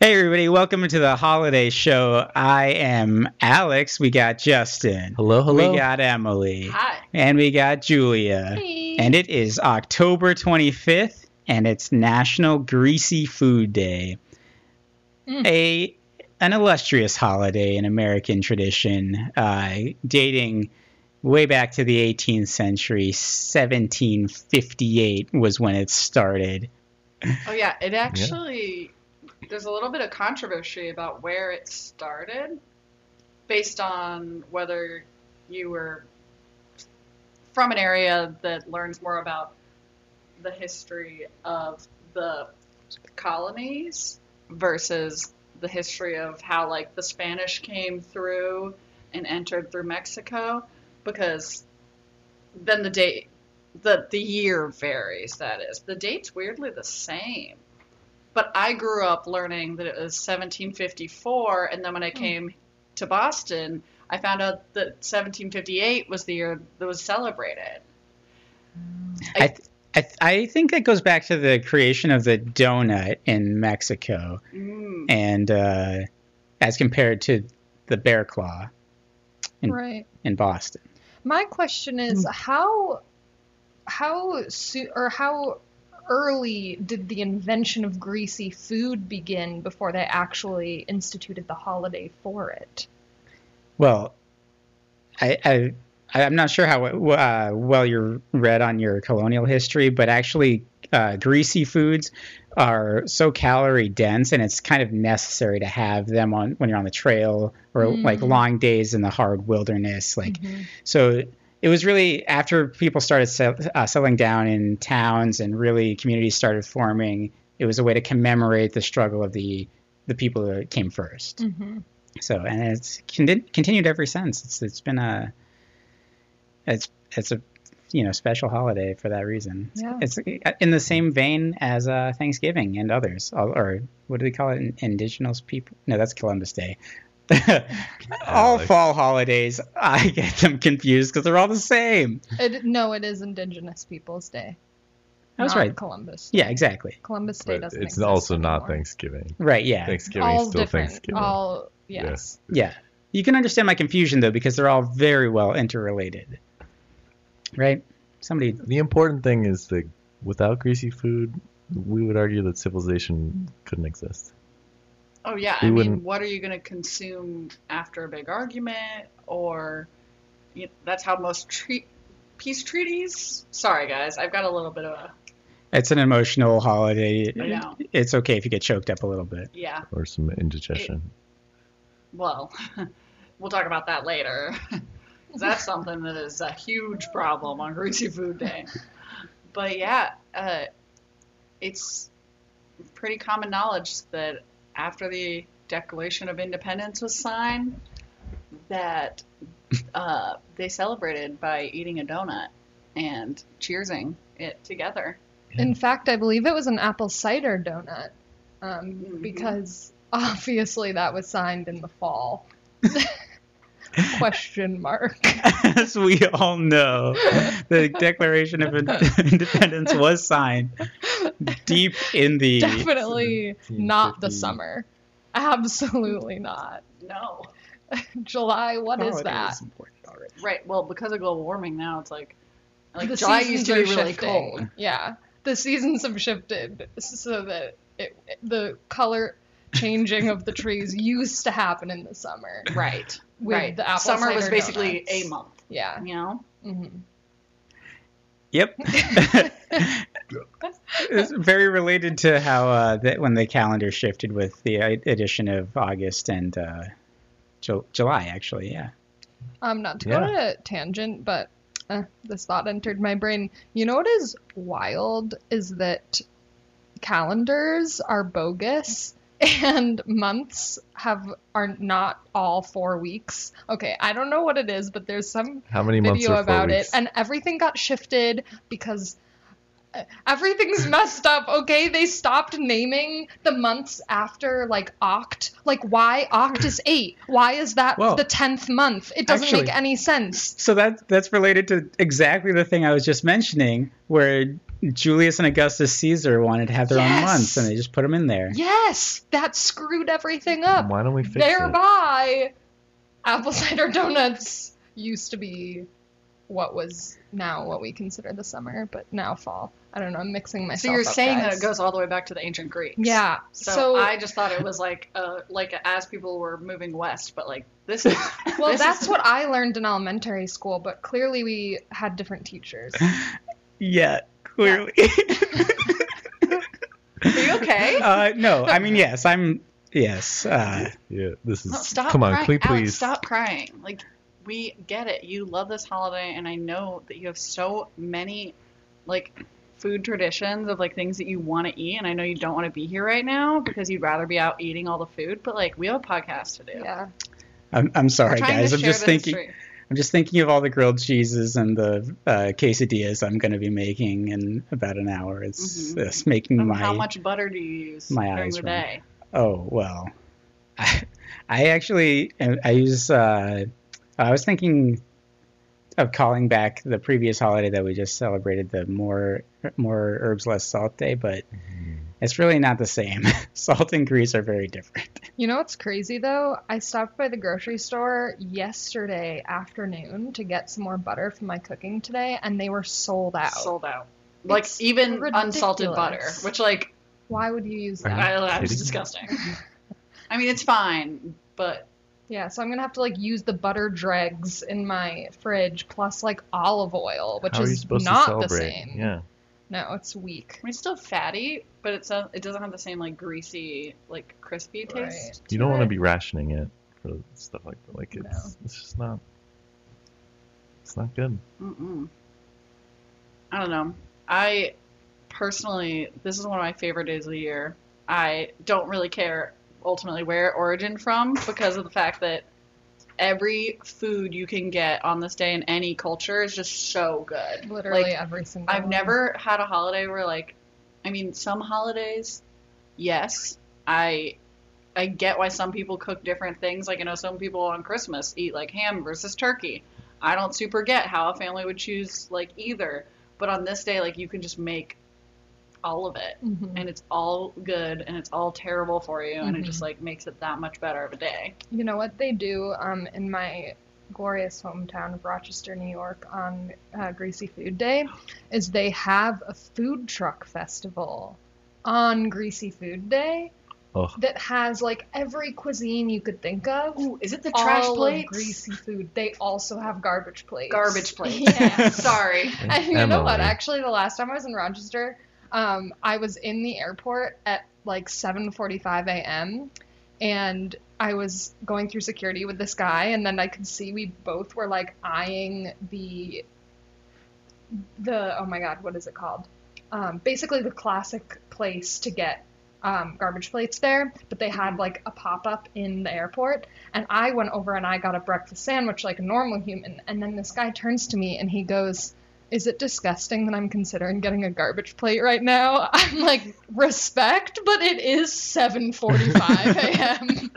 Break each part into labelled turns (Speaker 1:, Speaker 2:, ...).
Speaker 1: Hey everybody, welcome to the holiday show. I am Alex. We got Justin.
Speaker 2: Hello,
Speaker 1: We got Emily.
Speaker 3: Hi.
Speaker 1: And we got Julia. And it is October 25th, and it's National Greasy Food Day.
Speaker 3: Mm.
Speaker 1: A an illustrious holiday in American tradition, uh, dating way back to the 18th century. 1758 was when it started.
Speaker 3: Oh yeah, it actually there's a little bit of controversy about where it started based on whether you were from an area that learns more about the history of the colonies versus the history of how like the Spanish came through and entered through Mexico because then the date the the year varies that is the date's weirdly the same but i grew up learning that it was 1754 and then when i came to boston i found out that 1758 was the year that was celebrated
Speaker 1: I, th- I, th- I think that goes back to the creation of the donut in Mexico,
Speaker 3: Mm,
Speaker 1: and uh, as compared to the bear claw in-
Speaker 4: Right.
Speaker 1: in Boston.
Speaker 4: My question
Speaker 1: Hmm.
Speaker 4: is how how soon or how early did the invention of greasy food begin before they actually instituted the holiday for it?
Speaker 1: Well, I, I I- I'm not sure how uh, well you're read on your colonial history, but actually, uh, greasy foods are so calorie dense, and it's kind of necessary to have them on when you're on the trail or like
Speaker 4: Mm.
Speaker 1: long days in the hard wilderness, like.
Speaker 2: Mm-hmm.
Speaker 1: So it was really after people started sell, uh, settling down in towns and really communities started forming. It was a way to commemorate the struggle of the the people that came 1st
Speaker 2: Mm-hmm.
Speaker 4: hmm
Speaker 1: So and it's con- continued ever since. It's it's been a it's it's a you know special holiday for that reason.
Speaker 4: Yeah.
Speaker 1: It's uh, in the same vein as uh, Thanksgiving and others, or, or what do we call it? In- Indigenous people? No, that's Columbus Day. all
Speaker 2: Alex.
Speaker 1: fall holidays, I get them confused because they're all the same.
Speaker 4: It, no, it is Indigenous Peoples Day.
Speaker 1: That was
Speaker 4: not
Speaker 1: right.
Speaker 4: Columbus.
Speaker 1: Yeah, exactly.
Speaker 4: Columbus Day
Speaker 2: But
Speaker 4: doesn't.
Speaker 2: it's
Speaker 4: exist
Speaker 2: also not
Speaker 4: anymore.
Speaker 2: Thanksgiving.
Speaker 1: Right. Yeah.
Speaker 2: Thanksgiving
Speaker 4: All
Speaker 2: is still
Speaker 4: different.
Speaker 2: Thanksgiving.
Speaker 4: All yes.
Speaker 1: Yeah. You can understand my confusion though because they're all very well interrelated. Right. Somebody.
Speaker 2: The important thing is that without greasy food, we would argue that civilization couldn't exist.
Speaker 3: oh yeah
Speaker 2: We
Speaker 3: i mean
Speaker 2: wouldn't-
Speaker 3: what are you going to consume after a big argument or you that's how most treat peace treaties sorry guys i've got a little bit of a
Speaker 1: It's an emotional holiday.
Speaker 3: I know.
Speaker 1: It's okay if you get choked up a little bit.
Speaker 3: yeah
Speaker 2: Or some indigestion.
Speaker 3: Well, we'll talk about that later. 'Cause That's something that is a huge problem on Greasy Food Day. But yeah, uh, it's pretty common knowledge that after the Declaration of Independence was signed, that uh, they celebrated by eating a donut and cheersing it together.
Speaker 4: In fact, I believe it was an apple cider donut, um,
Speaker 3: Mhm.
Speaker 4: because obviously that was signed in the fall. Question mark.
Speaker 1: As we all know, the Declaration of Independence was signed deep in the
Speaker 4: Definitely not the
Speaker 2: 1750.
Speaker 4: summer. Absolutely not.
Speaker 3: No.
Speaker 4: July, what is
Speaker 1: holiday
Speaker 4: that?
Speaker 1: was important already.
Speaker 3: Right. Well, because of global warming now, it's like, like
Speaker 4: the
Speaker 3: July
Speaker 4: seasons
Speaker 3: used to
Speaker 4: are
Speaker 3: be really
Speaker 4: shifting.
Speaker 3: cold.
Speaker 4: Yeah, the seasons have shifted so that it, the color changing of the trees used to happen in the summer.
Speaker 3: Right.
Speaker 4: With
Speaker 3: right.
Speaker 4: the apple
Speaker 3: Summer was
Speaker 4: cider
Speaker 3: basically
Speaker 4: donuts.
Speaker 3: a month.
Speaker 4: Yeah.
Speaker 3: You know.
Speaker 4: hmm
Speaker 1: Yep. it's very related to how uh, that when the calendar shifted with the uh, addition of August and uh, Ju- July, actually, yeah.
Speaker 4: Um, not to go
Speaker 2: Yeah.
Speaker 4: on a tangent, but uh, this thought entered my brain. You know what is wild is that calendars are bogus and months have are not all four weeks. Okay, I don't know what it is, but there's some
Speaker 2: How many months
Speaker 4: video
Speaker 2: are four
Speaker 4: about it,
Speaker 2: weeks?
Speaker 4: and everything got shifted because. uh, Everything's messed up, okay? They stopped naming the months after like oct. Like why oct is 8? Why is that
Speaker 1: Well,
Speaker 4: the 10th month? It doesn't
Speaker 1: actually-
Speaker 4: make any sense.
Speaker 1: So that that's related to exactly the thing I was just mentioning, where Julius and Augustus Caesar wanted to have their own
Speaker 4: Yes!
Speaker 1: months, and they just put them in there.
Speaker 4: Yes, that screwed everything up.
Speaker 2: Why don't we fix it?
Speaker 4: Thereby, apple cider donuts used to be what was now what we consider the summer, but now fall. I don't know. I'm mixing myself.
Speaker 3: So you're
Speaker 4: up,
Speaker 3: saying that
Speaker 4: guys.
Speaker 3: it goes all the way back to the ancient Greeks.
Speaker 4: Yeah.
Speaker 3: So,
Speaker 4: So,
Speaker 3: I just thought it was like uh like as people were moving west, but like this is
Speaker 4: well,
Speaker 3: this
Speaker 4: that's
Speaker 3: is,
Speaker 4: what I learned in elementary school, but clearly we had different teachers.
Speaker 1: Yeah, clearly.
Speaker 3: Are you okay?
Speaker 1: uh, no, I mean yes, I'm yes. Uh,
Speaker 2: Yeah, this is.
Speaker 3: No, stop
Speaker 2: come on,
Speaker 3: crying.
Speaker 2: please,
Speaker 3: Alex,
Speaker 2: please.
Speaker 3: stop crying. Like we get it. You love this holiday and I know that you have so many like food traditions of like things that you want to eat and I know you don't want to be here right now because you'd rather be out eating all the food, but like we have a podcast to do.
Speaker 4: Yeah.
Speaker 1: I'm, I'm
Speaker 3: We're
Speaker 1: sorry,
Speaker 3: trying
Speaker 1: guys.
Speaker 3: to
Speaker 1: I'm
Speaker 3: share
Speaker 1: just
Speaker 3: the
Speaker 1: thinking.
Speaker 3: history.
Speaker 1: I'm just thinking of all the grilled cheeses and the uh, quesadillas I'm going to be making in about an hour. It's
Speaker 3: Mhm.
Speaker 1: it's making
Speaker 3: Um,
Speaker 1: my
Speaker 3: how much butter do you use
Speaker 1: my
Speaker 3: during
Speaker 1: eyes
Speaker 3: the
Speaker 1: run.
Speaker 3: day?
Speaker 1: oh well. I, I actually I use. Uh, I was thinking of calling back the previous holiday that we just celebrated, the more more herbs less salt day, but
Speaker 2: Mm.
Speaker 1: it's really not the same. salt and grease are very different.
Speaker 4: You know what's crazy though? I stopped by the grocery store yesterday afternoon to get some more butter for my cooking today, and they were sold out.
Speaker 3: Sold out. Like
Speaker 4: It's
Speaker 3: even unsalted butter,
Speaker 4: ridiculous.
Speaker 3: which like
Speaker 4: Why would you use
Speaker 2: Are you
Speaker 4: that?
Speaker 3: I, that was
Speaker 2: kidding?
Speaker 3: disgusting. I mean, it's fine, but
Speaker 4: Yeah, so I'm gonna have to like use the butter dregs in my fridge plus like olive oil, which
Speaker 2: How are you
Speaker 4: is
Speaker 2: supposed to
Speaker 4: not the
Speaker 2: celebrate?
Speaker 4: same.
Speaker 2: Yeah.
Speaker 4: No, it's weak.
Speaker 3: I mean, it's still fatty, but it's a, it doesn't have the same like greasy, like crispy
Speaker 4: Right.
Speaker 3: taste.
Speaker 2: You don't want
Speaker 3: it.
Speaker 2: to be rationing it for stuff like that. Like it's it's just not. It's not good.
Speaker 3: Mm-mm. I don't know. I personally, this is one of my favorite days of the year. I don't really care ultimately where it origin from because of the fact that every food you can get on this day in any culture is just so good.
Speaker 4: Literally
Speaker 3: Like,
Speaker 4: every single.
Speaker 3: I've
Speaker 4: one.
Speaker 3: never had a holiday where like I mean some holidays yes I I get why some people cook different things like I know some people on Christmas eat like ham versus turkey I don't super get how a family would choose like either but on this day like you can just make all of it
Speaker 4: Mhm.
Speaker 3: and it's all good and it's all terrible for you and it
Speaker 4: Mhm.
Speaker 3: just like makes it that much better of a day
Speaker 4: You know what they do um, in my glorious hometown of Rochester, New York, on uh, Greasy Food Day, is they have a food truck festival on Greasy Food Day
Speaker 2: Oh,
Speaker 4: that has like every cuisine you could think of.
Speaker 3: Ooh, is it the trash
Speaker 4: all of
Speaker 3: plate
Speaker 4: greasy food. They also have garbage plates.
Speaker 3: garbage plate
Speaker 4: Yeah.
Speaker 3: sorry
Speaker 4: And you know what?
Speaker 2: Emily.
Speaker 4: Actually, the last time I was in Rochester, um, I was in the airport at like 7:45 a.m. and I was going through security with this guy, and then I could see we both were like eyeing the the oh my god, what is it called? Um, basically, the classic place to get um, garbage plates there, but they had like a pop up in the airport. And I went over and I got a breakfast sandwich like a normal human. And then this guy turns to me and he goes, Is it disgusting that I'm considering getting a garbage plate right now? I'm like, Respect, but it is 7:45 a.m.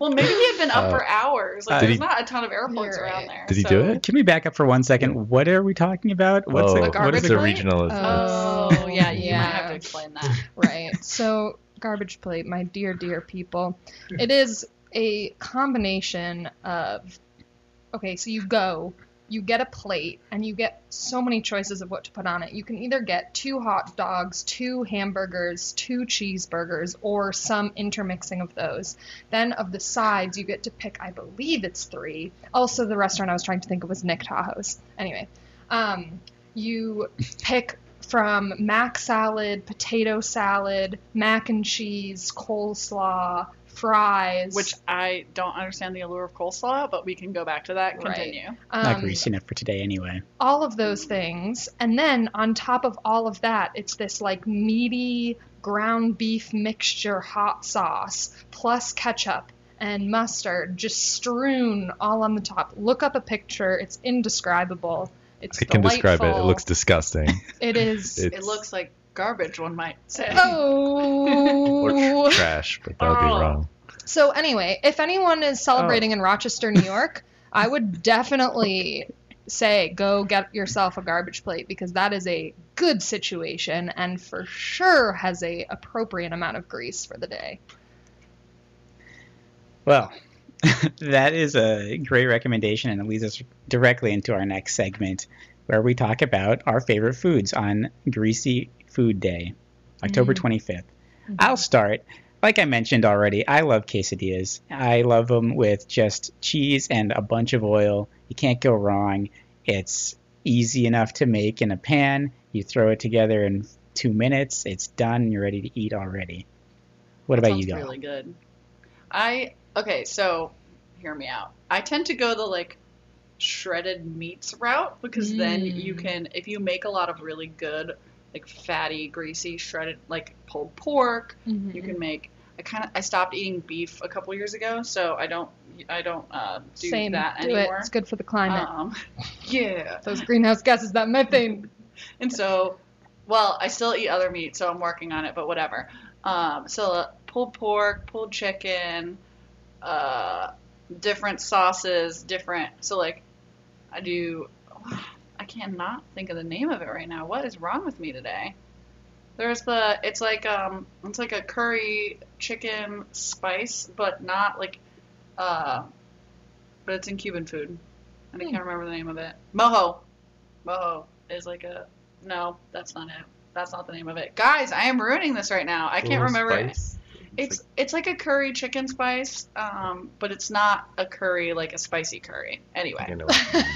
Speaker 3: Well, maybe he had been up
Speaker 2: Uh,
Speaker 3: for hours. Like,
Speaker 1: did
Speaker 3: there's
Speaker 2: he-
Speaker 3: not a ton of airports
Speaker 4: You're
Speaker 3: around
Speaker 4: right.
Speaker 3: there.
Speaker 2: Did he
Speaker 3: so-
Speaker 2: do it?
Speaker 1: Can we back up for one second? What are we talking about? What's
Speaker 2: oh,
Speaker 1: it?
Speaker 4: garbage
Speaker 1: What is
Speaker 2: it's
Speaker 1: it?
Speaker 2: a
Speaker 4: plate?
Speaker 2: regionalist.
Speaker 3: Oh, yeah, you might
Speaker 4: Yeah.
Speaker 3: have to explain that.
Speaker 4: right. So, garbage plate, my dear, dear people. It is a combination of okay, so you go, you get a plate, and you get so many choices of what to put on it. You can either get two hot dogs, two hamburgers, two cheeseburgers, or some intermixing of those. Then, of the sides, you get to pick, I believe it's three. Also, the restaurant I was trying to think of was Nick Tahoe's. Anyway, um, you pick from mac salad, potato salad, mac and cheese, coleslaw, fries.
Speaker 3: Which I don't understand the allure of coleslaw, but we can go back to that.
Speaker 4: Right.
Speaker 3: Continue.
Speaker 1: Not
Speaker 4: um,
Speaker 1: greasy enough for today, anyway.
Speaker 4: all of those things. And then on top of all of that, it's this like meaty ground beef mixture hot sauce plus ketchup and mustard just strewn all on the top. Look up a picture. It's indescribable. It's
Speaker 2: I can describe it. It
Speaker 4: delightful.
Speaker 2: looks disgusting.
Speaker 4: It is.
Speaker 2: It's
Speaker 3: It looks like garbage, one might say.
Speaker 2: or
Speaker 4: oh.
Speaker 2: tr- trash, but that would be
Speaker 3: Oh.
Speaker 2: wrong.
Speaker 4: So anyway, if anyone is celebrating in Rochester, New York, I would definitely say go get yourself a garbage plate because that is a good situation and for sure has a appropriate amount of grease for the day.
Speaker 1: Well, that is a great recommendation, and it leads us directly into our next segment where we talk about our favorite foods on Greasy Food Day,
Speaker 3: Mm.
Speaker 1: October 25th.
Speaker 3: Mm-hmm.
Speaker 1: I'll start. Like I mentioned already, I love quesadillas. I love them with just cheese and a bunch of oil. You can't go wrong. It's easy enough to make in a pan. You throw it together in two minutes, it's done, and you're ready to eat already. What
Speaker 3: That
Speaker 1: about you,
Speaker 3: sounds
Speaker 1: guys?
Speaker 3: Really good. I okay, so hear me out. I tend to go the like shredded meats route because then you
Speaker 4: Mm.
Speaker 3: can if you make a lot of really good like fatty, greasy, shredded like pulled pork, you
Speaker 4: Mm-hmm.
Speaker 3: can make I kind of I stopped eating beef a couple years ago, so I don't I don't uh, do
Speaker 4: Same.
Speaker 3: that
Speaker 4: do it.
Speaker 3: anymore.
Speaker 4: It's good for the climate.
Speaker 3: Um, yeah.
Speaker 4: Those greenhouse gases, that methane.
Speaker 3: And so, well, I still eat other meat, so I'm working on it, but whatever. Um, so uh, pulled pork, pulled chicken, uh, different sauces, different. So like, I do. I cannot think of the name of it right now. What is wrong with me today? There's the. It's like um. It's like a curry chicken spice, but not like. Uh, but it's in Cuban food, and I
Speaker 4: Hmm.
Speaker 3: can't remember the name of it. Mojo. Mojo is like a. No, that's not it. That's not the name of it. Guys, I am ruining this right now. I can't
Speaker 2: Little
Speaker 3: remember. it.
Speaker 2: spice.
Speaker 3: It's it's like a curry chicken spice, um, but it's not a curry like a spicy curry.
Speaker 2: like,
Speaker 3: Anyway,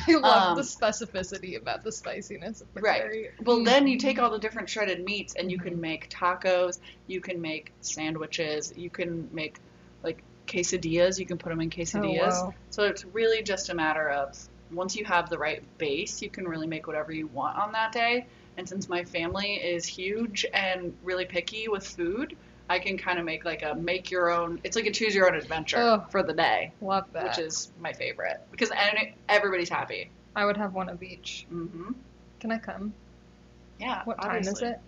Speaker 2: you know,
Speaker 4: I love
Speaker 3: Um,
Speaker 4: the specificity about the spiciness of the
Speaker 3: Right.
Speaker 4: curry.
Speaker 3: well
Speaker 4: Mm.
Speaker 3: then you take all the different shredded meats and you can make tacos, you can make sandwiches, you can make like quesadillas. You can put them in quesadillas.
Speaker 4: Oh, wow.
Speaker 3: So it's really just a matter of once you have the right base, you can really make whatever you want on that day. And since my family is huge and really picky with food, I can kind of make like a make your own. It's like a choose your own adventure
Speaker 4: Oh.
Speaker 3: for the day,
Speaker 4: Love that.
Speaker 3: which is my favorite because any- everybody's happy.
Speaker 4: I would have one of each.
Speaker 3: hmm
Speaker 4: Can I come?
Speaker 3: Yeah.
Speaker 4: What time
Speaker 3: obviously.
Speaker 4: is it?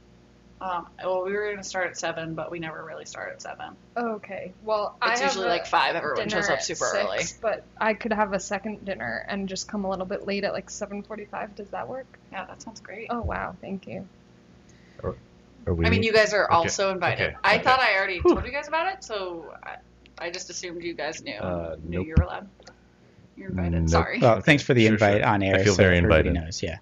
Speaker 3: Um, well, we were gonna start at seven, but we never really start at seven.
Speaker 4: Oh, okay. Well, I
Speaker 3: It's
Speaker 4: have
Speaker 3: usually
Speaker 4: a
Speaker 3: like five. Everyone shows
Speaker 4: dinner
Speaker 3: up
Speaker 4: at
Speaker 3: super
Speaker 4: six,
Speaker 3: early.
Speaker 4: But I could have a second dinner and just come a little bit late at like 7:45. Does that work?
Speaker 3: Yeah, that sounds great.
Speaker 4: Oh wow, thank you.
Speaker 2: are we-
Speaker 3: I mean, you guys are
Speaker 2: Okay.
Speaker 3: also invited.
Speaker 2: Okay.
Speaker 3: I
Speaker 2: Okay.
Speaker 3: thought I already
Speaker 2: Whew.
Speaker 3: told you guys about it, so I, I just assumed you guys knew.
Speaker 2: Uh,
Speaker 3: knew
Speaker 2: nope.
Speaker 3: you were allowed. You're invited.
Speaker 2: Nope. Uh,
Speaker 3: Sorry.
Speaker 1: Well, thanks for the
Speaker 2: Sure,
Speaker 1: invite
Speaker 2: sure.
Speaker 1: on air.
Speaker 2: I feel
Speaker 1: so
Speaker 2: very
Speaker 1: everybody
Speaker 2: invited.
Speaker 1: Knows, yeah.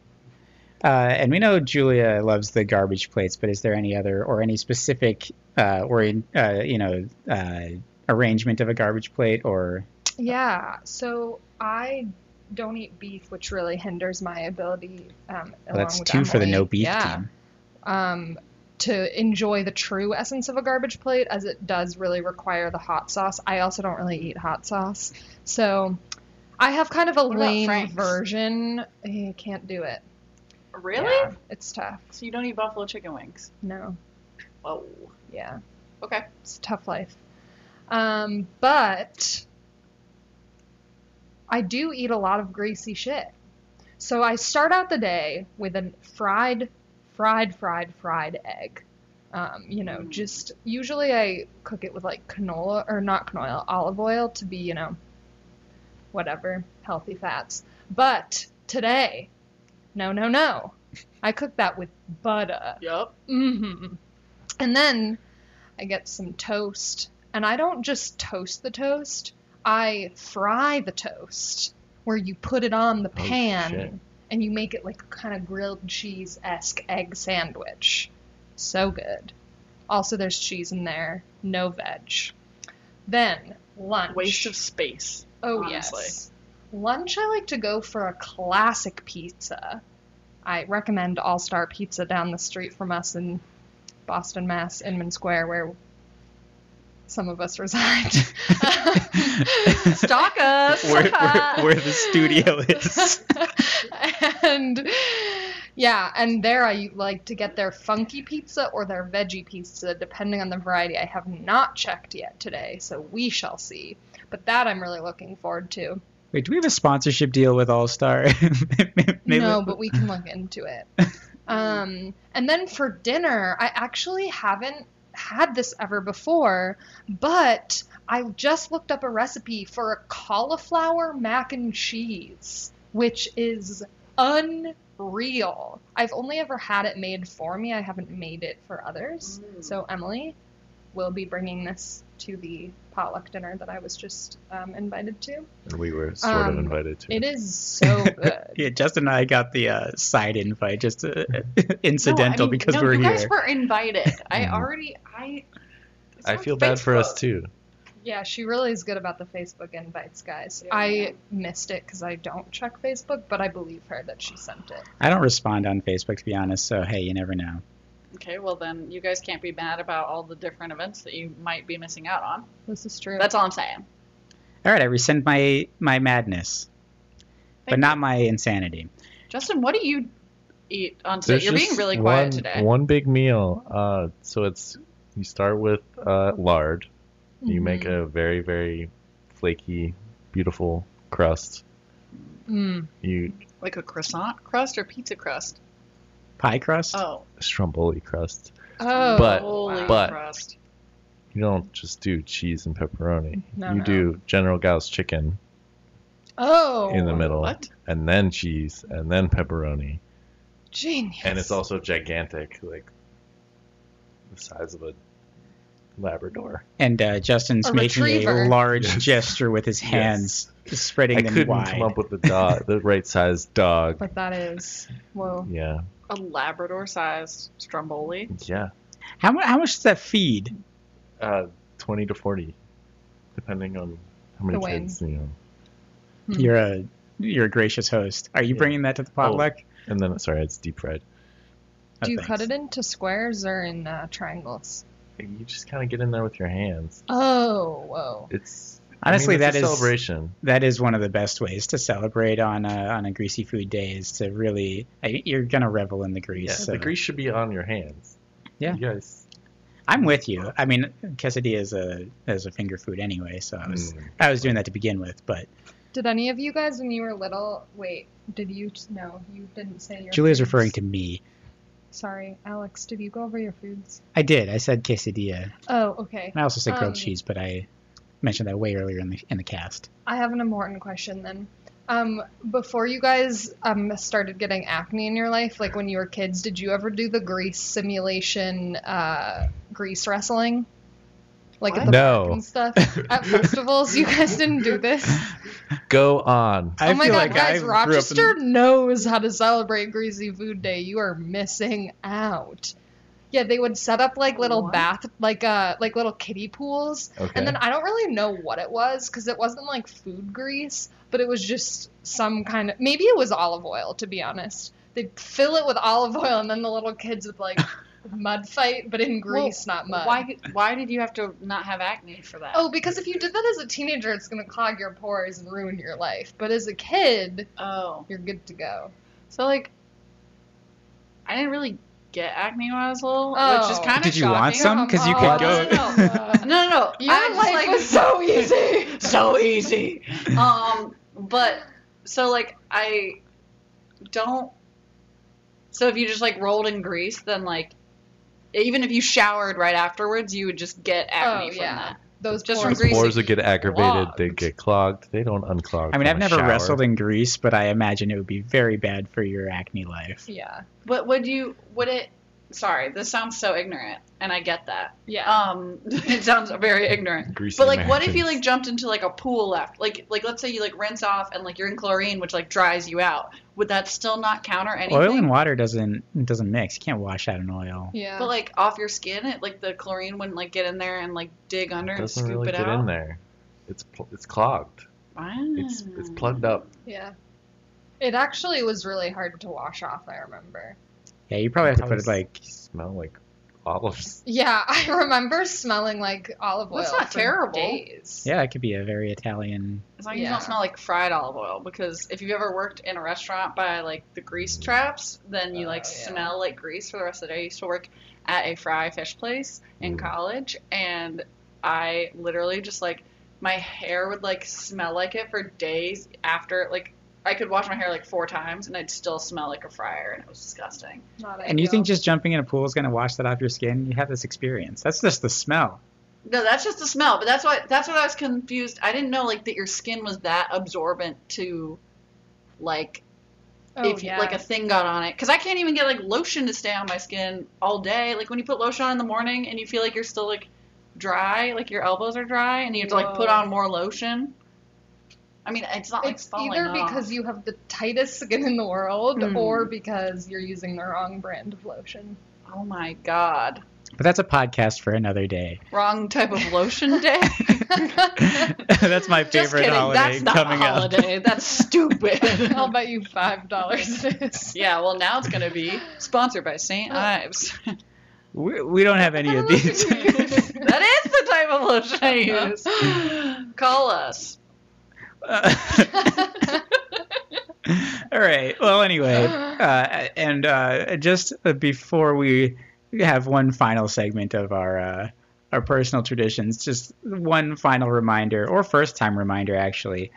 Speaker 1: Uh, and we know Julia loves the garbage plates, but is there any other or any specific uh, or in, uh, you know uh, arrangement of a garbage plate or
Speaker 4: Yeah. So I don't eat beef, which really hinders my ability. Um,
Speaker 1: well, that's
Speaker 4: along with
Speaker 1: two for the
Speaker 4: Emily.
Speaker 1: no beef
Speaker 4: yeah,
Speaker 1: team?
Speaker 4: Um, to enjoy the true essence of a garbage plate, as it does really require the hot sauce. I also don't really eat hot sauce, so I have kind of a
Speaker 3: What about
Speaker 4: lame
Speaker 3: Frank's?
Speaker 4: version. I can't do it.
Speaker 3: really?
Speaker 4: Yeah, it's tough.
Speaker 3: So you don't eat buffalo chicken wings?
Speaker 4: No.
Speaker 3: Oh.
Speaker 4: Yeah.
Speaker 3: Okay.
Speaker 4: It's a tough life. Um, but I do eat a lot of greasy shit. So I start out the day with a fried, fried, fried, fried egg. Um, you know,
Speaker 3: Mm.
Speaker 4: just usually I cook it with like canola or not canola, olive oil to be, you know, whatever, healthy fats. But today, no, no, no. I cook that with butter.
Speaker 3: Yup.
Speaker 4: Mm-hmm. And then I get some toast, and I don't just toast the toast. I fry the toast, where you put it on the
Speaker 2: Oh,
Speaker 4: pan
Speaker 2: shit.
Speaker 4: and you make it like a kind of grilled cheese esque egg sandwich. So good. Also, there's cheese in there. No veg. Then lunch.
Speaker 3: Waste of space.
Speaker 4: Oh
Speaker 3: honestly.
Speaker 4: yes. Lunch I like to go for a classic pizza. I recommend All Star Pizza down the street from us in Boston, Mass, Inman Square, where some of us reside. Stalk us.
Speaker 1: Where- where- where the studio is.
Speaker 4: and yeah, and there I like to get their funky pizza or their veggie pizza, depending on the variety. I have not checked yet today, so we shall see. But that I'm really looking forward to.
Speaker 1: Wait, do we have a sponsorship deal with All Star?
Speaker 4: no, but we can look into it. um, and then for dinner, I actually haven't had this ever before, but I just looked up a recipe for a cauliflower mac and cheese. which is unreal. I've only ever had it made for me. I haven't made it for others.
Speaker 3: Mm.
Speaker 4: So Emily will be bringing this to the potluck dinner that I was just um, invited to.
Speaker 2: And we were sort
Speaker 4: Um,
Speaker 2: of invited to.
Speaker 4: It is so good.
Speaker 1: Yeah, Justin and I got the uh, side invite, just uh, incidental
Speaker 3: No, I mean,
Speaker 1: because
Speaker 3: no,
Speaker 1: we're
Speaker 3: you
Speaker 1: here.
Speaker 3: guys were invited. I
Speaker 2: Mhm.
Speaker 3: already I. it's
Speaker 2: I
Speaker 3: on
Speaker 2: feel bad for us
Speaker 3: Facebook.
Speaker 2: too.
Speaker 4: Yeah, she really is good about the Facebook invites, guys.
Speaker 3: Yeah.
Speaker 4: I missed it because I don't check Facebook, but I believe her that she sent it.
Speaker 1: I don't respond on Facebook to be honest, so hey, you never know.
Speaker 3: Okay, well then you guys can't be mad about all the different events that you might be missing out on.
Speaker 4: This is true.
Speaker 3: That's all I'm saying.
Speaker 1: All right, I rescind my my madness, but
Speaker 3: Thank
Speaker 1: not my insanity.
Speaker 3: you. Justin. What do you eat on set?
Speaker 2: There's
Speaker 3: You're being
Speaker 2: just
Speaker 3: really quiet
Speaker 2: one,
Speaker 3: today.
Speaker 2: One big meal. Uh, so it's you start with uh, lard. You
Speaker 3: Mm-hmm.
Speaker 2: make
Speaker 4: Mhm.
Speaker 2: a very very flaky, beautiful crust.
Speaker 4: Mm.
Speaker 2: You
Speaker 3: Like a croissant crust or pizza crust?
Speaker 1: Pie crust?
Speaker 3: Oh,
Speaker 2: stromboli crust.
Speaker 4: Oh,
Speaker 2: But-
Speaker 3: holy
Speaker 2: but-
Speaker 3: crust.
Speaker 2: You don't just do cheese and pepperoni.
Speaker 4: No,
Speaker 2: you
Speaker 4: no.
Speaker 2: do General Gao's chicken
Speaker 4: oh,
Speaker 2: in the middle,
Speaker 3: What?
Speaker 2: and then cheese, and then pepperoni,
Speaker 4: genius.
Speaker 2: and it's also gigantic, like the size of a Labrador.
Speaker 1: And uh, Justin's
Speaker 4: A
Speaker 1: making
Speaker 4: retriever.
Speaker 1: a large
Speaker 2: Yes.
Speaker 1: gesture with his hands, spreading
Speaker 2: I
Speaker 1: them
Speaker 2: couldn't
Speaker 1: wide.
Speaker 2: come up with the dog, the right size dog.
Speaker 4: But that is whoa.
Speaker 2: Yeah,
Speaker 3: A Labrador-sized Stromboli.
Speaker 2: yeah.
Speaker 1: How, mu- how much does that feed?
Speaker 2: Uh, twenty to forty, depending on how many
Speaker 4: The wing.
Speaker 2: kids. You know,
Speaker 4: Hmm.
Speaker 1: You're a you're a uh, gracious host. Are you
Speaker 2: Yeah. Oh.
Speaker 1: bringing that to the potluck?
Speaker 2: and then sorry, it's deep fried.
Speaker 1: Oh,
Speaker 4: Do you cut
Speaker 1: thanks.
Speaker 4: it into squares or in uh, triangles?
Speaker 2: You just kind of get in there with your hands.
Speaker 4: Oh, whoa.
Speaker 2: It's
Speaker 1: Honestly,
Speaker 2: I mean, it's
Speaker 1: that
Speaker 2: a
Speaker 1: is-
Speaker 2: celebration.
Speaker 1: That is one of the best ways to celebrate on a, on a greasy food day is to really I- you're gonna revel in the grease.
Speaker 2: Yeah,
Speaker 1: so.
Speaker 2: the grease should be on your hands.
Speaker 1: Yeah.
Speaker 2: you guys.
Speaker 1: I'm with you. I mean, quesadilla is a is a finger food anyway, so I was
Speaker 2: Mm.
Speaker 1: I was doing that to begin with. But
Speaker 4: Did any of you guys, when you were little, wait? Did you? No, you didn't say your.
Speaker 1: Julia's
Speaker 4: foods.
Speaker 1: referring to me.
Speaker 4: Sorry, Alex. Did you go over your foods?
Speaker 1: I did. I said quesadilla.
Speaker 4: Oh, okay.
Speaker 1: And I also said grilled
Speaker 4: Um,
Speaker 1: cheese, but I mentioned that way earlier in the in the cast.
Speaker 4: I have an important question then. Um, before you guys um, started getting acne in your life, like when you were kids, did you ever do the grease simulation, uh, grease wrestling? Like at the
Speaker 2: No.
Speaker 4: park and stuff at festivals, you guys didn't do this.
Speaker 2: Mm. Go on.
Speaker 1: I
Speaker 4: oh my
Speaker 1: feel
Speaker 4: god,
Speaker 1: like I
Speaker 4: guys!
Speaker 1: grew up in-
Speaker 4: Rochester knows how to celebrate Greasy Food Day. You are missing out. Yeah, they would set up like little
Speaker 3: What?
Speaker 4: bath, like uh, like little kiddie pools,
Speaker 2: Okay.
Speaker 4: and then I don't really know what it was because it wasn't like food grease, but it was just some kind of maybe it was olive oil to be honest. They'd fill it with olive oil and then the little kids would like mud fight, but in grease, not mud.
Speaker 3: Why? Why did you have to not have acne for that?
Speaker 4: Oh, because if you did that as a teenager, it's gonna clog your pores and ruin your life. But as a kid,
Speaker 3: Oh.
Speaker 4: you're good to go.
Speaker 3: So like, I didn't really get acne when I was little, which is
Speaker 4: Oh.
Speaker 3: kind of
Speaker 1: Did you want some? 'Cause you
Speaker 4: can
Speaker 1: could go-
Speaker 3: "Oh, No, no, no.
Speaker 4: Your
Speaker 3: I
Speaker 4: life was so easy.
Speaker 3: so easy. Um, but so like I don't. So if you just like rolled in grease, then like, even if you showered right afterwards, you would just get acne
Speaker 4: Oh,
Speaker 3: from
Speaker 4: yeah.
Speaker 3: that.
Speaker 4: Those
Speaker 3: Just
Speaker 4: just
Speaker 3: from
Speaker 4: pores.
Speaker 2: the
Speaker 3: greasy.
Speaker 2: pores would get aggravated. They
Speaker 3: Clogged.
Speaker 2: get clogged. They don't unclog.
Speaker 1: I mean,
Speaker 2: from
Speaker 1: I've
Speaker 2: a
Speaker 1: never
Speaker 2: shower.
Speaker 1: wrestled in grease, but I imagine it would be very bad for your acne life.
Speaker 4: Yeah,
Speaker 3: But would you? Would it? Sorry, this sounds so ignorant, and I get that.
Speaker 4: yeah.
Speaker 3: Um, it sounds very ignorant.
Speaker 2: Greasy
Speaker 3: But like, what if you
Speaker 2: Americans.
Speaker 3: like jumped into like a pool after, like, like let's say you like rinse off and like you're in chlorine, which like dries you out. Would that still not counter anything?
Speaker 1: Oil and water doesn't doesn't mix. You can't wash out an oil.
Speaker 4: yeah.
Speaker 3: But like off your skin, it like the chlorine wouldn't like get in there and like dig under
Speaker 2: It
Speaker 3: and
Speaker 2: doesn't
Speaker 3: scoop
Speaker 2: really
Speaker 3: it
Speaker 2: get
Speaker 3: out.
Speaker 2: in there. It's pl- it's clogged. It's it's plugged up.
Speaker 4: Yeah. It actually was really hard to wash off, I remember.
Speaker 1: Yeah, you probably have to put it
Speaker 2: Probably
Speaker 1: like
Speaker 2: smell like olives.
Speaker 4: Yeah, I remember smelling like olive oil.
Speaker 3: That's not
Speaker 4: for
Speaker 3: terrible.
Speaker 4: Days.
Speaker 1: yeah, it could be a very Italian.
Speaker 3: As long as you don't
Speaker 4: Yeah.
Speaker 3: smell like fried olive oil, because if you've ever worked in a restaurant by like the grease traps, then you like
Speaker 4: Oh, yeah.
Speaker 3: smell like grease for the rest of the day. I used to work at a fry fish place in
Speaker 2: Mm.
Speaker 3: college, and I literally just like my hair would like smell like it for days after. Like I could wash my hair like four times, and I'd still smell like a fryer, and it was disgusting.
Speaker 4: Not
Speaker 1: And you think
Speaker 4: ideal.
Speaker 1: just jumping in a pool is going to wash that off your skin? You have this experience. That's just the smell.
Speaker 3: No, that's just the smell, but that's why that's what I was confused. I didn't know like that your skin was that absorbent to like
Speaker 4: Oh,
Speaker 3: if
Speaker 4: yeah.
Speaker 3: like a thing got on it because i can't even get like lotion to stay on my skin all day like when you put lotion on in the morning and you feel like you're still like dry like your elbows are dry and you have to like put
Speaker 4: Whoa.
Speaker 3: on more lotion i mean it's not like
Speaker 4: it's
Speaker 3: falling
Speaker 4: either
Speaker 3: off.
Speaker 4: because you have the tightest skin in the world
Speaker 3: Hmm.
Speaker 4: or because you're using the wrong brand of lotion.
Speaker 3: oh my god
Speaker 1: But that's a podcast for another day.
Speaker 3: wrong type of lotion day
Speaker 1: that's my favorite
Speaker 3: just kidding
Speaker 1: holiday
Speaker 3: that's not
Speaker 1: coming
Speaker 3: a
Speaker 1: up.
Speaker 3: holiday that's stupid
Speaker 4: I'll bet you five dollars it is.
Speaker 3: yeah well now it's gonna be sponsored by st ives
Speaker 1: We, we don't have any of these.
Speaker 3: that is the type of lotion i use call us
Speaker 1: Uh, All right. Well, anyway, uh, and uh, just before we have one final segment of our uh, our personal traditions, just one final reminder or first time reminder, actually.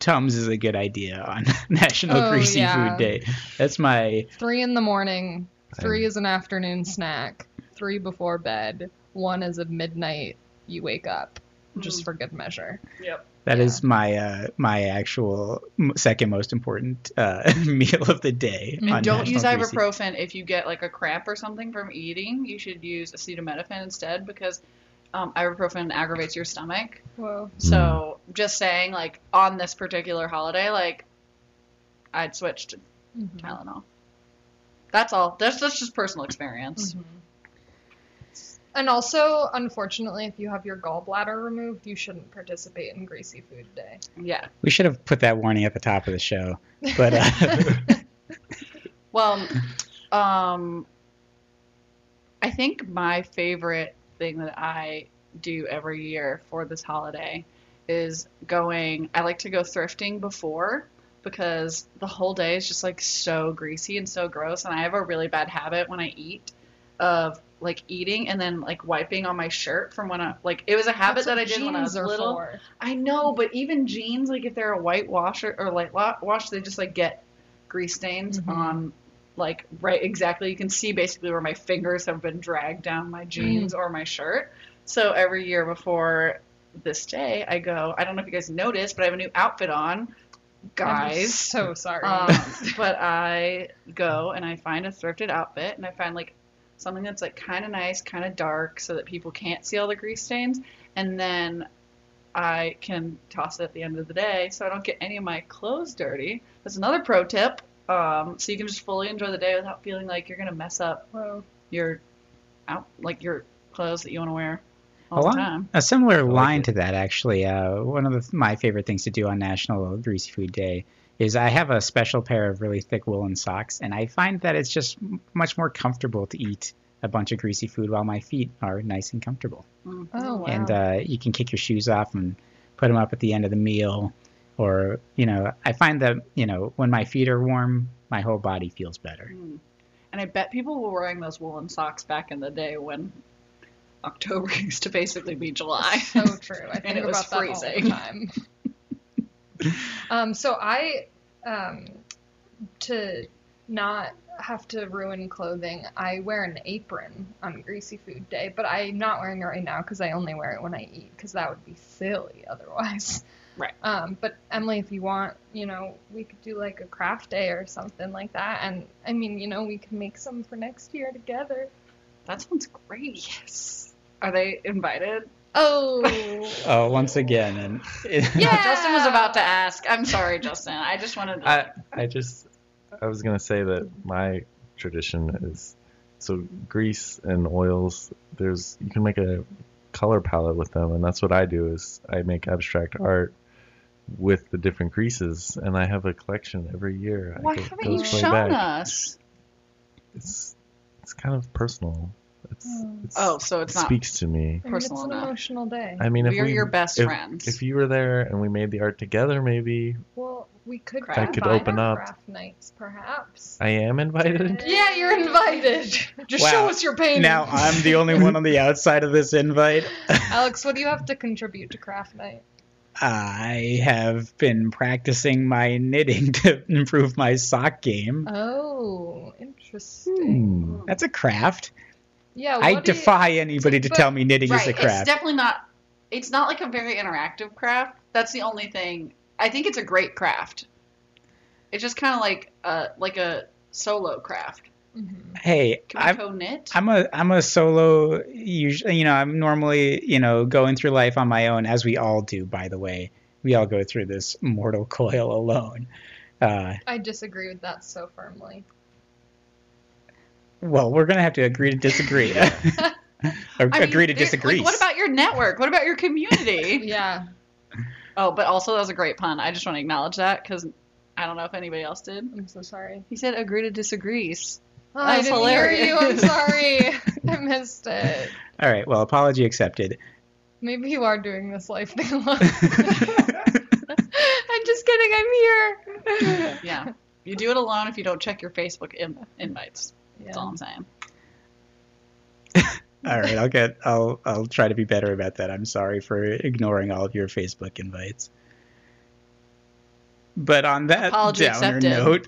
Speaker 1: Tums is a good idea on National
Speaker 4: Oh,
Speaker 1: Greasy
Speaker 4: yeah.
Speaker 1: Food Day. That's my
Speaker 4: Three in the morning, three
Speaker 2: I'm-
Speaker 4: is an afternoon snack, three before bed, one is a midnight you wake up, just for good measure.
Speaker 3: Yep.
Speaker 1: that is
Speaker 4: Yeah.
Speaker 1: my uh, my actual m- second most important uh, meal of the day.
Speaker 4: And
Speaker 1: on
Speaker 3: And don't use
Speaker 1: National Greasy-
Speaker 3: ibuprofen if you get like a cramp or something from eating. You should use acetaminophen instead because um, ibuprofen aggravates your stomach.
Speaker 4: Whoa.
Speaker 3: So just saying, like on this particular holiday, like I'd switch to
Speaker 4: Mm-hmm.
Speaker 3: Tylenol. That's all. That's, that's just personal experience.
Speaker 4: Mm-hmm. And also, unfortunately, if you have your gallbladder removed, you shouldn't participate in Greasy Food Day.
Speaker 3: Yeah.
Speaker 1: We should have put that warning at the top of the show, but uh,
Speaker 3: Well, um, I think my favorite thing that I do every year for this holiday is going. I like to go thrifting before because the whole day is just like so greasy and so gross, and I have a really bad habit when I eat of like eating and then like wiping on my shirt from when I like it was a habit
Speaker 4: That's
Speaker 3: that
Speaker 4: what
Speaker 3: I did when I was
Speaker 4: jeans are
Speaker 3: little.
Speaker 4: for.
Speaker 3: I know, but even jeans, like if they're a white washer or like lo- wash, they just like get grease stains
Speaker 4: Mhm.
Speaker 3: on, like right exactly. You can see basically where my fingers have been dragged down my jeans or my shirt. So every year before this day, I go. I don't know if you guys noticed, but I have a new outfit on,
Speaker 4: I'm
Speaker 3: guys.
Speaker 4: so sorry.
Speaker 3: Um, but I go and I find a thrifted outfit and I find like something that's like kind of nice, kind of dark, so that people can't see all the grease stains, and then I can toss it at the end of the day, so I don't get any of my clothes dirty. That's another pro tip. Um, so you can just fully enjoy the day without feeling like you're gonna mess up
Speaker 4: Whoa.
Speaker 3: your out like your clothes that you want to wear all
Speaker 1: a
Speaker 3: the
Speaker 1: lot,
Speaker 3: time.
Speaker 1: a similar
Speaker 2: like
Speaker 1: line
Speaker 2: it.
Speaker 1: to that actually. Uh, one of the, my favorite things to do on National Greasy Food Day is I have a special pair of really thick woolen socks, and I find that it's just m- much more comfortable to eat a bunch of greasy food while my feet are nice and comfortable.
Speaker 3: Mhm.
Speaker 4: Oh, wow.
Speaker 1: And uh, you can kick your shoes off and put them up at the end of the meal, or you know, I find that you know when my feet are warm, my whole body feels better.
Speaker 3: Mm. And I bet people were wearing those woolen socks back in the day when October used to basically be July.
Speaker 4: So true. I think
Speaker 3: it
Speaker 4: about
Speaker 3: was
Speaker 4: that all the
Speaker 3: freezing.
Speaker 4: time. um, so I, um, to not have to ruin clothing, I wear an apron on Greasy Food Day, but I'm not wearing it right now because I only wear it when I eat because that would be silly otherwise.
Speaker 3: Right.
Speaker 4: Um, but Emily, if you want, you know, we could do like a craft day or something like that, and I mean, you know, we can make some for next year together.
Speaker 3: That sounds great. Yes. Are they invited?
Speaker 4: Oh.
Speaker 1: Oh, once again, and
Speaker 4: Yeah.
Speaker 3: Justin was about to ask. I'm sorry, Justin. I just wanted to.
Speaker 2: I, I just I was gonna say that my tradition is so grease and oils. There's you can make a color palette with them, and that's what I do is I make abstract art with the different greases, and I have a collection every year. I
Speaker 3: Why
Speaker 2: go-
Speaker 3: haven't
Speaker 2: goes
Speaker 3: you
Speaker 2: way
Speaker 3: shown
Speaker 2: back.
Speaker 3: us?
Speaker 2: It's it's kind of personal. It's,
Speaker 4: Hmm.
Speaker 2: it's
Speaker 3: Oh, so it's
Speaker 2: it
Speaker 3: not.
Speaker 2: speaks to me.
Speaker 4: I mean, it's
Speaker 3: Personal
Speaker 4: an
Speaker 3: enough.
Speaker 4: emotional day.
Speaker 2: I mean, if
Speaker 3: we are
Speaker 2: we
Speaker 3: your best
Speaker 2: if-
Speaker 3: friends.
Speaker 2: if you were there and we made the art together, maybe
Speaker 4: Well, we could
Speaker 3: That could
Speaker 4: combine
Speaker 2: open
Speaker 4: our
Speaker 2: up.
Speaker 4: craft nights, perhaps.
Speaker 2: I am invited.
Speaker 4: Yeah, you're invited. Just
Speaker 1: Wow.
Speaker 4: show us your painting.
Speaker 1: now I'm the only one on the outside of this invite.
Speaker 4: Alex, what do you have to contribute to craft night?
Speaker 1: I have been practicing my knitting to improve my sock game.
Speaker 4: Oh, interesting.
Speaker 2: Hmm.
Speaker 1: That's a craft.
Speaker 4: Yeah,
Speaker 3: Oh,
Speaker 1: I
Speaker 4: what do you-
Speaker 1: defy anybody to
Speaker 4: but-
Speaker 1: tell me knitting
Speaker 3: right.
Speaker 1: is a
Speaker 3: It's
Speaker 1: craft.
Speaker 3: definitely not. It's not like a very interactive craft. That's the only thing. I think it's a great craft. It's just kind of like a like a solo craft.
Speaker 4: Mhm.
Speaker 1: Hey,
Speaker 3: Can we
Speaker 1: I'm
Speaker 3: co-knit?
Speaker 1: I'm a I'm a solo. Usually, you know, I'm normally you know going through life on my own, as we all do. By the way, we all go through this mortal coil alone. Uh,
Speaker 4: I disagree with that so firmly.
Speaker 1: well, we're gonna have to agree to disagree. or
Speaker 3: I mean,
Speaker 1: agree to
Speaker 3: there-
Speaker 1: disagree.
Speaker 3: Like, what about your network? What about your community?
Speaker 4: Yeah.
Speaker 3: oh, but also that was a great pun. I just want to acknowledge that because I don't know if anybody else did.
Speaker 4: I'm so sorry.
Speaker 3: He said agree to disagree.
Speaker 4: I
Speaker 3: That's
Speaker 4: didn't hear you. I'm sorry. I missed it.
Speaker 1: All right. Well, apology accepted.
Speaker 4: Maybe you are doing this life thing alone. I'm just kidding. I'm here.
Speaker 3: Yeah. You do it alone if you don't check your Facebook in- invites. That's all
Speaker 4: Yeah.
Speaker 3: I'm saying.
Speaker 1: All right, I'll get I'll I'll try to be better about that. I'm sorry for ignoring all of your Facebook invites. But on that
Speaker 3: Apology
Speaker 1: downer
Speaker 3: accepted.
Speaker 1: note,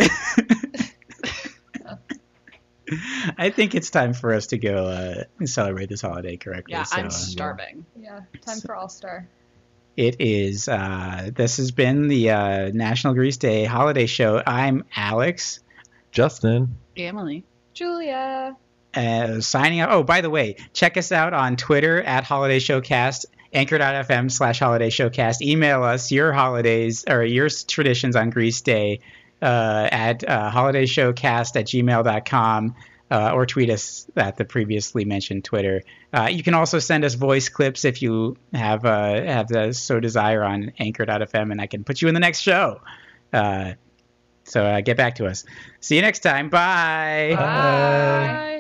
Speaker 1: I think it's time for us to go uh, celebrate this holiday correctly.
Speaker 3: Yeah,
Speaker 1: so, uh,
Speaker 3: I'm starving.
Speaker 4: Yeah. Time for All Star.
Speaker 1: it is. Uh, this has been the uh, National Grease Day Holiday Show. I'm Alex.
Speaker 2: Justin.
Speaker 3: Emily.
Speaker 4: Julia.
Speaker 1: uh, signing out. Oh, by the way, check us out on Twitter at Holiday Showcast, anchor.fm slash Holiday Showcast. Email us your holidays or your s- traditions on Grease Day uh, at uh, holidayshowcast at gmail.com. Uh, or tweet us at the previously mentioned Twitter. Uh, you can also send us voice clips if you have uh, have the so desire on Anchor.fm, and I can put you in the next show. Uh, so uh, get back to us. See you next time. Bye.
Speaker 2: Bye.
Speaker 4: Bye.